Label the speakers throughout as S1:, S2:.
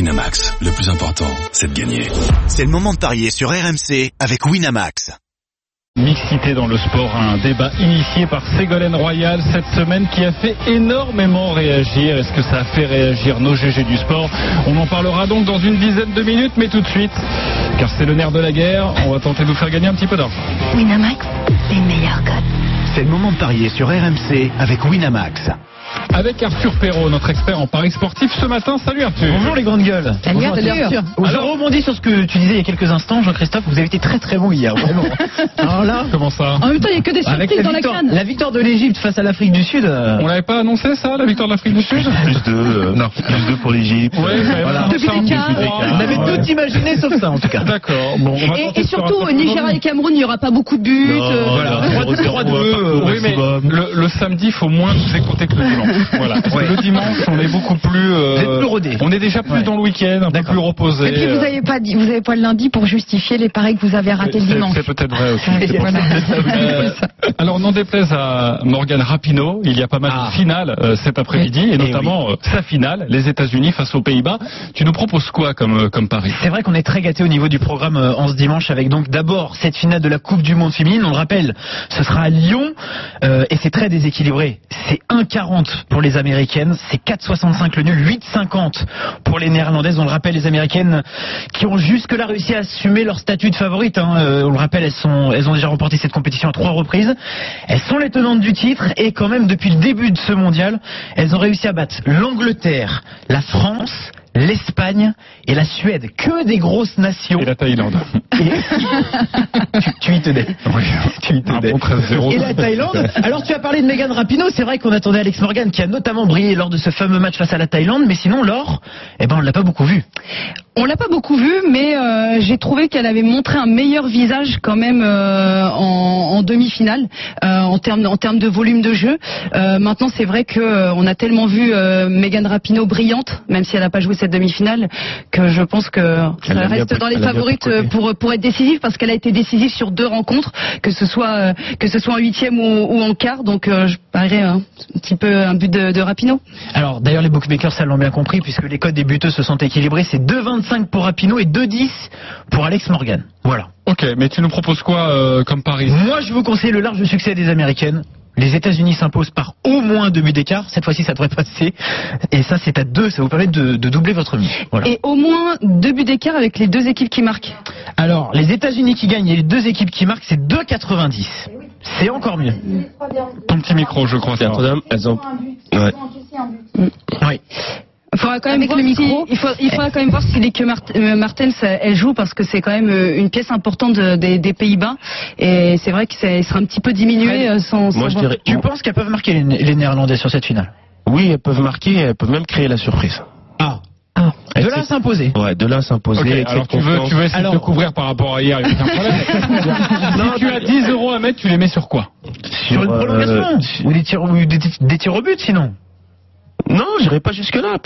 S1: Winamax, le plus important, c'est de gagner.
S2: C'est le moment de parier sur RMC avec Winamax.
S3: Mixité dans le sport, un débat initié par Ségolène Royal cette semaine qui a fait énormément réagir. Est-ce que ça a fait réagir nos GG du sport On en parlera donc dans une dizaine de minutes, mais tout de suite, car c'est le nerf de la guerre, on va tenter de vous faire gagner un petit peu d'argent.
S4: Winamax, les meilleurs codes.
S2: C'est le moment de parier sur RMC avec Winamax.
S3: Avec Arthur Perrault, notre expert en paris sportif ce matin. Salut Arthur
S5: Bonjour les grandes gueules.
S6: Salut,
S5: Bonjour,
S6: Arthur.
S5: Je rebondis sur ce que tu disais il y a quelques instants, Jean-Christophe. Vous avez été très très bon hier, vraiment. Alors là,
S3: Comment ça
S6: En même temps, il n'y a que des
S5: avec
S6: surprises
S5: la
S6: dans la
S5: victoire,
S6: crâne.
S5: la victoire de l'Égypte face à l'Afrique du Sud. euh,
S3: On l'avait pas annoncé ça, la victoire de l'Afrique du Sud
S7: plus de non plus de pour l'Égypte.
S3: Ouais, mais
S5: Voilà.
S3: ça, on
S6: Depuis l'écart.
S3: dit-
S5: On avait tout imaginé sauf ça en tout cas.
S3: D'accord, bon, on va
S6: Et,
S3: tenter
S6: et
S3: de faire un
S6: surtout,
S3: truc
S6: au Nigeria et Cameroun, il n'y aura pas beaucoup de buts.
S3: Oh,
S6: euh,
S7: voilà,
S5: euh,
S3: Oui, mais le, le samedi, faut moins nous écouter que le dimanche. Voilà. Parce que
S5: Ouais.
S3: le dimanche, on est beaucoup plus. euh,
S5: Vous êtes plus rodés.
S3: On est déjà plus
S5: Ouais.
S3: dans le week-end, un peu
S5: D'accord.
S3: plus reposé.
S6: Et puis, vous
S3: euh,
S6: n'avez pas, dit- vous avez pas le lundi pour justifier les paris que vous avez ratés le
S3: c'est-
S6: dimanche.
S3: C'est peut-être vrai aussi.
S6: Ouais,
S3: c'est pour
S6: voilà.
S3: Euh, alors, n'en déplaise à Morgan Rapineau, il y a pas mal
S5: Ah.
S3: de finales euh, cet après-midi, et,
S5: Eh
S3: notamment euh, sa finale, les États-Unis face aux Pays-Bas. Tu nous proposes quoi comme, euh, comme pari
S5: C'est vrai qu'on est très gâté au niveau du programme euh, en ce dimanche avec donc d'abord cette finale de la Coupe du Monde féminine. On le rappelle, ce sera à Lyon euh, et c'est très déséquilibré. C'est 1,40 pour les Américaines, c'est 4,65 le nul, 8,50 pour les Néerlandaises. On le rappelle, les Américaines qui ont jusque-là réussi à assumer leur statut de favorite. hein. Euh, on le rappelle, elles, sont, elles ont déjà remporté cette compétition à trois reprises. Elles sont les tenantes du titre et quand même depuis le début de ce mondial, elles ont réussi à battre l'Angleterre, la France, l'Espagne et la Suède. Que des grosses nations.
S3: Et la Thaïlande.
S5: Et- tu, tu y tenais. Tu y
S3: Un
S5: tenais.
S3: bon 13-0.
S5: Et la Thaïlande Alors tu as parlé de Megan Rapinoe, c'est vrai qu'on attendait Alex Morgan qui a notamment brillé lors de ce fameux match face à la Thaïlande, mais sinon l'or, eh ben on l'a pas beaucoup vu.
S6: On l'a pas beaucoup vue, mais euh, j'ai trouvé qu'elle avait montré un meilleur visage quand même euh, en, en demi-finale euh, en termes en termes de volume de jeu. Euh, maintenant, c'est vrai que euh, on a tellement vu euh, Megan Rapinoe brillante, même si elle n'a pas joué cette demi-finale, que je pense que ça
S7: Elle a bien
S6: reste
S7: pris-
S6: dans les
S7: elle a bien
S6: favorites
S7: pris le
S6: euh, pour pour être décisive parce qu'elle a été décisive sur deux rencontres, que ce soit euh, que ce soit en huitième ou, ou en quart. Donc, euh, je parierais euh, un petit peu un but de, de Rapinoe.
S5: Alors d'ailleurs les bookmakers ça l'ont bien compris puisque les codes des buteux se sont équilibrés, c'est 2,25 pour Rapinoe et 2,10 pour Alex Morgan. Voilà.
S3: Ok, mais tu nous proposes quoi euh, comme pari
S5: Moi je vous conseille le large succès des Américaines. Les États-Unis s'imposent par au moins deux buts d'écart. Cette fois-ci, ça devrait passer. Et ça, c'est à deux. Ça vous permet de, de doubler votre mise. Voilà.
S6: Et au moins deux buts d'écart avec les deux équipes qui marquent.
S5: Alors, les États-Unis qui gagnent et les deux équipes qui marquent, c'est 2,90. C'est encore mieux.
S3: Ton petit micro, je crois. ça.
S7: elles ont ouais.
S5: Oui.
S6: Il faudra quand même
S8: Avec
S6: voir
S8: le micro.
S6: si- il, faut- il faudra quand même voir si les que Mart- euh, Martens euh, elle joue parce que c'est quand même euh, une pièce importante de- des, des Pays-Bas et c'est vrai que c'est- il sera un petit peu diminué
S5: Ouais.
S6: euh, sans. sans
S7: Moi je
S6: voir.
S7: dirais
S5: Tu penses qu'elles peuvent marquer les, les Néerlandais sur cette finale
S7: oui, elles peuvent marquer, elles peuvent même créer la surprise.
S5: Ah.
S7: Et
S5: De là à
S7: c'est- Euh,
S5: s'imposer.
S7: Ouais, de là à s'imposer
S3: Ok,
S7: avec
S3: alors
S7: cette
S3: tu veux,
S7: confiance.
S3: tu veux essayer de
S5: Alors-
S3: te couvrir par rapport à hier, il y a aucun problème. si tu as 10 euros à mettre, tu les mets sur quoi
S5: Sur une
S7: euh,
S5: prolongation
S7: sur-
S5: Ou des tirs, ou des, des tirs au but, sinon
S7: Non, j'irai pas jusque là.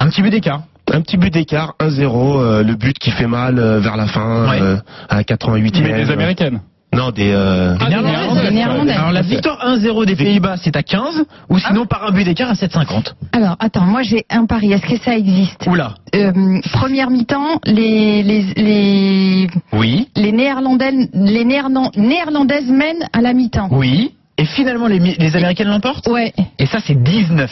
S5: Un petit but d'écart.
S7: Un petit but d'écart, 1-0, euh, le but qui fait mal euh, vers la fin,
S5: Ouais.
S7: euh, à 88 e
S3: Mais des Américaines.
S7: Non, des. euh,
S3: Ah,
S5: Les
S3: des
S5: Néerlandaises,
S3: Néerlandaises.
S6: des Néerlandaises.
S5: Alors, la victoire 1-0 des Pays-Bas, c'est à 15. Ou sinon, par un but d'écart à 7,50.
S8: Alors, attends, moi j'ai un pari. Est-ce que ça existe
S5: Oula.
S8: Euh, Première mi-temps, les, les, les,
S5: Oui.
S8: les, Néerlandaises, les Néerlan- Néerlandaises mènent à la mi-temps.
S5: Oui. Et finalement, les, mi- les Américaines l'emportent
S8: Ouais.
S5: Et ça, c'est 19.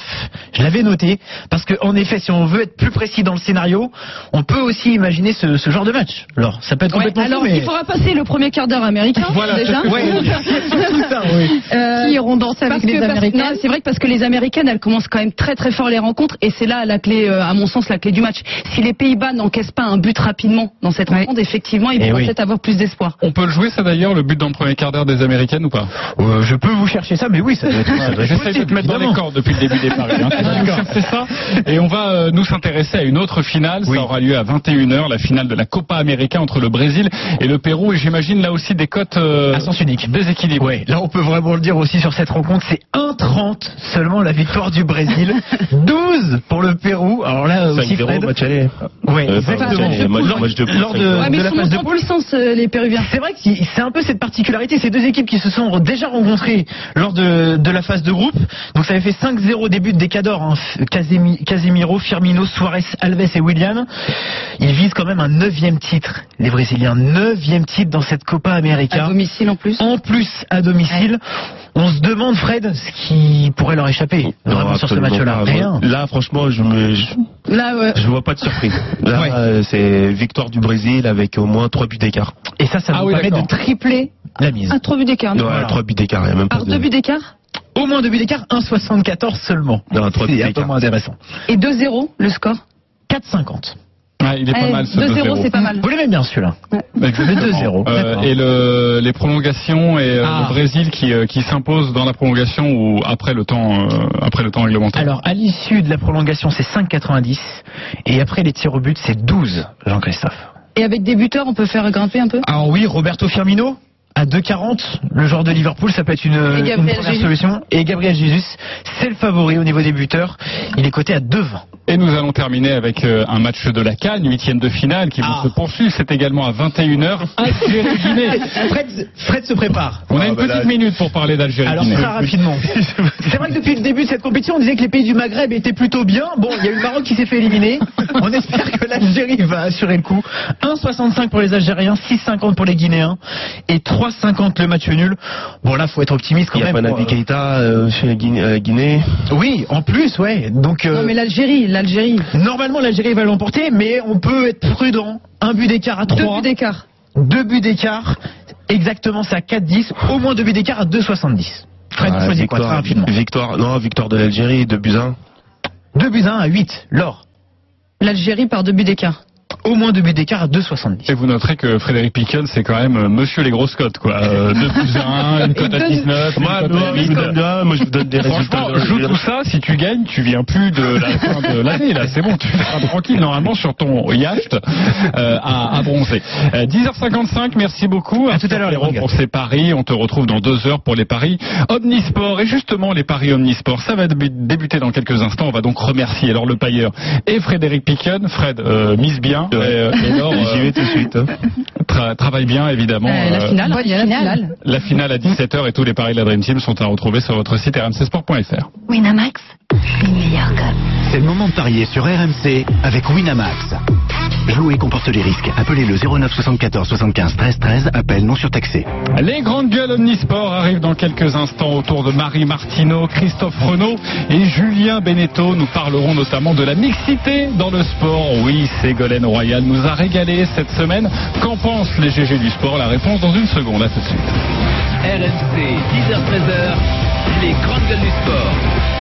S5: Je l'avais noté. Parce que, en effet, si on veut être plus précis dans le scénario, on peut aussi imaginer ce, ce genre de match. Alors, ça peut être
S6: Ouais,
S5: complètement fou,
S6: alors
S5: mais-
S6: il faudra passer le premier quart d'heure américain
S3: Voilà,
S6: déjà.
S3: c'est-
S5: Ouais, surtout ça, oui.
S6: Euh,
S8: Qui iront danser avec
S6: parce
S8: les
S6: que- parce-
S8: Américaines
S6: non, C'est vrai que parce que les Américaines, elles commencent quand même très très fort les rencontres et c'est là la clé, euh, à mon sens, la clé du match. Si les Pays-Bas n'encaissent pas un but rapidement dans cette rencontre, effectivement, ils
S5: Eh
S6: pourront
S5: oui.
S6: peut-être avoir plus d'espoir.
S3: On peut le jouer ça d'ailleurs, le but dans le premier quart d'heure des Américaines ou pas
S7: Ah,
S5: Euh, je peux vous chercher ça, mais oui, ça doit être,
S7: bah,
S5: ça doit être
S3: J'essaie de
S5: possible,
S3: te mettre dans les
S5: évidemment.
S3: cordes depuis le début des paris. hein. Tu vas nous chercher ça. Et on va euh, nous s'intéresser à une autre finale.
S5: Oui.
S3: Ça aura lieu à 21h, la finale de la Copa América entre le Brésil et le Pérou. Et j'imagine là aussi des cotes euh,
S5: À sens unique.
S3: déséquilibrées.
S5: Ouais, là on peut vraiment le dire aussi sur cette rencontre, c'est 1,30 seulement la victoire du Brésil, 12 pour le Pérou. Alors là
S7: 5-0
S5: aussi Fred,
S7: match aller.
S5: ouais,
S7: Euh,
S5: exactement.
S7: match- match-
S5: Lors-
S7: match de poule,
S5: lors de,
S7: 5-0.
S6: Ouais, mais
S5: Euh, de
S6: ils
S5: la
S6: sont
S5: phase de
S6: montés en
S5: poule,
S6: puissance euh, les Péruviens.
S5: c'est vrai que c'est un peu cette particularité. Ces deux équipes qui se sont déjà rencontrées écartés lors de, de la phase de groupe. Donc ça avait fait 5-0 début des Cadors, hein. Casemi- Casemiro, Firmino, Suarez, Alves et William. Ils visent quand même un neuvième titre, les Brésiliens, neuvième titre dans cette Copa
S6: À
S5: América.
S6: domicile en plus.
S5: En plus, à domicile, on se demande, Fred, ce qui pourrait leur échapper vraiment
S7: Non,
S5: sur ce
S7: Oh, absolument
S5: match-là.
S7: pas.
S5: Rien.
S7: Là, franchement, je me, je,
S6: Là, euh, ouais.
S7: je vois pas de surprise. Là,
S5: Ouais.
S7: euh, c'est victoire du Brésil avec au moins 3 buts d'écart.
S5: Et ça, ça
S3: Ah
S5: vous
S3: oui,
S5: permet de
S3: d'accord.
S5: tripler la mise.
S6: à 3 buts d'écart.
S7: Ouais,
S6: non
S5: Voilà. Ah,
S7: 3 buts d'écart, il y a même pas
S6: Par
S7: de...
S6: deux buts d'écart
S5: Au moins deux buts d'écart, 1,74 seulement.
S7: Non, trois buts
S5: C'est un peu
S7: d'écart.
S5: moins intéressant.
S6: et 2-0 le score.
S5: 4,50.
S3: Ouais, il est pas
S6: Allez,
S3: mal ce
S6: 2-0, c'est pas mal.
S5: Vous l'aimez bien celui-là
S3: Exactement.
S5: Le 2-0,
S3: Euh,
S5: d'accord.
S3: et le, les prolongations et euh,
S5: Ah.
S3: le Brésil qui, euh, qui s'impose dans la prolongation ou après le temps, euh, après le temps réglementaire.
S5: Alors, à l'issue de la prolongation, c'est 5,90. Et après les tirs au but, c'est 12, Jean-Christophe.
S6: Et avec des buteurs, on peut faire grimper un peu
S5: Alors oui, Roberto Firmino à 2,40, le joueur de Liverpool, ça peut être une,
S6: Et Gabriel
S5: une première
S6: Jesus.
S5: solution. Et Gabriel Jesus, c'est le favori au niveau des buteurs. Il est coté à 2,20.
S3: Et nous allons terminer avec euh, un match de la Cannes, huitième de finale, qui
S5: Ah.
S3: va se poursuivre. C'est également à 21h. Algérie-Guinée.
S5: Fred, Fred se prépare.
S3: On a
S7: Ah,
S3: une
S7: bah
S3: petite
S7: là-
S3: minute pour parler
S5: Alors
S3: d'Algérie-Guinée.
S5: très rapidement. C'est vrai que depuis le début de cette compétition, on disait que les pays du Maghreb étaient plutôt bien. Bon, il y a eu le Maroc qui s'est fait éliminer. On espère que l'Algérie va assurer le coup. 1,65 pour les Algériens, 6,50 pour les Guinéens et 3,50 le match nul. Bon là, faut être optimiste quand
S7: Il y a
S5: même.
S7: Panavi
S5: quoi.
S7: Keita euh, chez Guin- euh, Guinée.
S5: Oui, en plus, ouais. Donc euh,
S6: Non mais l'Algérie, l'Algérie.
S5: normalement l'Algérie va l'emporter, mais on peut être prudent. Un but d'écart à
S6: 2
S5: 3,
S6: buts d'écart.
S5: deux buts d'écart. Exactement, c'est à 4,10. Au moins deux buts d'écart à 2,70. Fred,
S7: Ah,
S5: on choisit quoi très
S7: victoire,
S5: rapidement
S7: victoire, non, victoire de l'Algérie, 2 buts 1.
S5: 2 buts à 1 à 8, l'or.
S6: L'Algérie par 2 buts d'écart.
S5: Au moins 2 buts d'écart à
S3: Et
S5: 2,70.
S3: vous noterez que Frédéric Piquen, c'est quand même euh, monsieur les grosses cotes, quoi. Euh, 2 plus 1, une cote à
S6: donne-
S3: 19, une
S7: Moi,
S3: cote à
S7: moi, je vous
S3: 8.
S7: donne, ah, moi, je vous donne des résultats.
S3: Franchement, joue tout ça, si tu gagnes, tu viens plus de la fin de l'année, là, c'est bon, tu seras tranquille, normalement, sur ton yacht euh, à, à bronzer. Euh, 10h55, merci beaucoup.
S5: À tout à l'heure, les
S3: Pierre
S5: ronds.
S3: Perrault, pour ces paris, on te retrouve dans deux heures pour les paris Omnisport. Et justement, les paris Omnisport, ça va débu- débuter dans quelques instants, on va donc remercier Laure Le Pailleur et Frédéric Piquen. Fred, euh, mise bien, et, euh, et Laure,
S7: J'y
S3: euh,
S7: vais tout de suite. hein.
S3: tra- travaille bien, évidemment.
S6: Euh, la
S3: Euh,
S6: finale,
S8: bonne
S6: il y a la
S8: finale.
S6: finale.
S3: la finale à 17h et tous les paris de la Dream Team sont à retrouver sur votre site rmcsport.fr.
S4: Winamax, les meilleurs codes.
S2: C'est le moment de parier sur RMC avec Winamax. Jouer comporte les risques. Appelez le 09 74 75 13 13. Appel non surtaxé.
S3: Les grandes gueules Omnisport arrivent dans quelques instants autour de Marie Martineau, Christophe Renaud et Julien Beneteau. Nous parlerons notamment de la mixité dans le sport. Oui, Ségolène Royal nous a régalé cette semaine. Qu'en pensent les GG du sport La réponse dans une seconde, à tout de suite.
S9: RMC, 10h-13h, les grandes gueules du sport.